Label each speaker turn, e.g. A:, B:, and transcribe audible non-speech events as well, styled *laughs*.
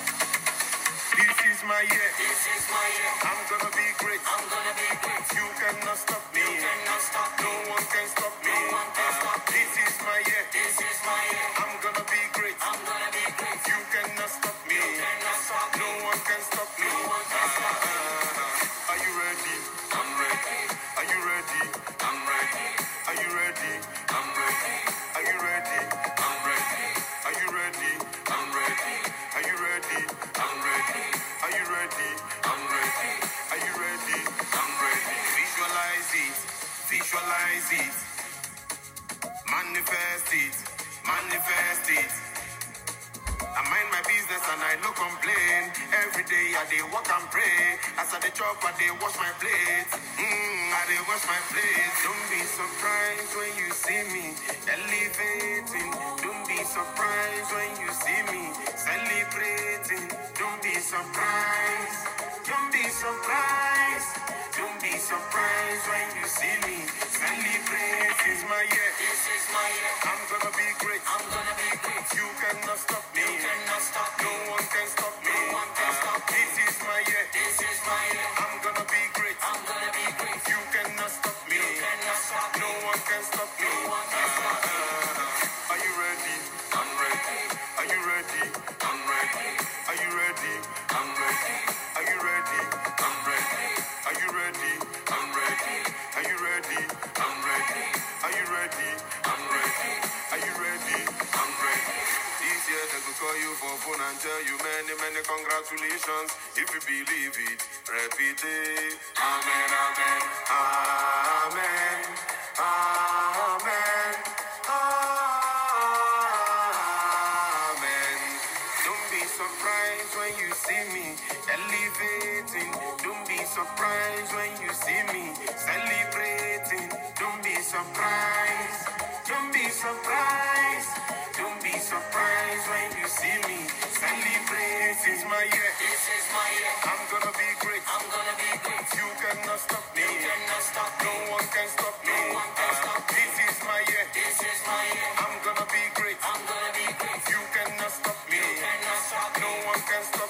A: This is my year. This is my year. I'm gonna be great. I'm gonna be great. You cannot stop me. You cannot stop me. No one can stop me. No one can stop me. This is my year. This is my year. I'm gonna be great. I'm gonna be great. You cannot stop me. You cannot stop me. No one can stop me. No one can stop me. *laughs* Are you ready? I'm ready. Are you ready? I'm ready. Are you ready? I'm ready. Are you ready? I'm ready. Are you ready? I'm ready. Are you ready? I'm ready. Are you ready? I'm ready. Are you ready? I'm ready. Visualize it. Visualize it. Manifest it. Manifest it. I mind my business and I no complain. Every day I dey work and pray. As I dey chop, I dey wash my plate. Mm, I dey wash my plate. Don't be surprised when you see me elevating. Don't be surprised when you see me celebrating. Don't be surprised. Don't be surprised. Don't be surprised when you see me celebrating. This is my year. This is my year. I'm gonna be great. I'm gonna be great. You cannot stop me. You cannot stop me. No one can stop me. No one can stop me. This is my year. This is my year. I'm gonna be great. I'm gonna be great. You cannot stop me. You cannot stop me. No one can stop me. No one can stop me. Are you ready? I'm ready. Are you ready? I'm ready. Are you ready? I'm ready. Are you ready? I'm ready. Are you ready? I'm ready. Are you ready? I'm ready. Are you ready? I'm ready. Are you ready? I'm ready. This year they go call you for phone and tell you many, many congratulations. If you believe it, repeat it. Amen, amen, amen, amen. Amen. Don't be surprised when you see me elevating. Don't be surprised when you see me celebrating. Don't be surprised. Don't be surprised. Don't be surprised when you see me celebrating. This is my year. This is my year. I'm gonna be great. I'm gonna be great. You cannot stop me. You cannot stop me. No one can stop me. No one can stop me. This is my year. This is my year. I'm gonna be great. I'm gonna be great. You cannot stop me. Ah, You cannot stop me. No one can stop me.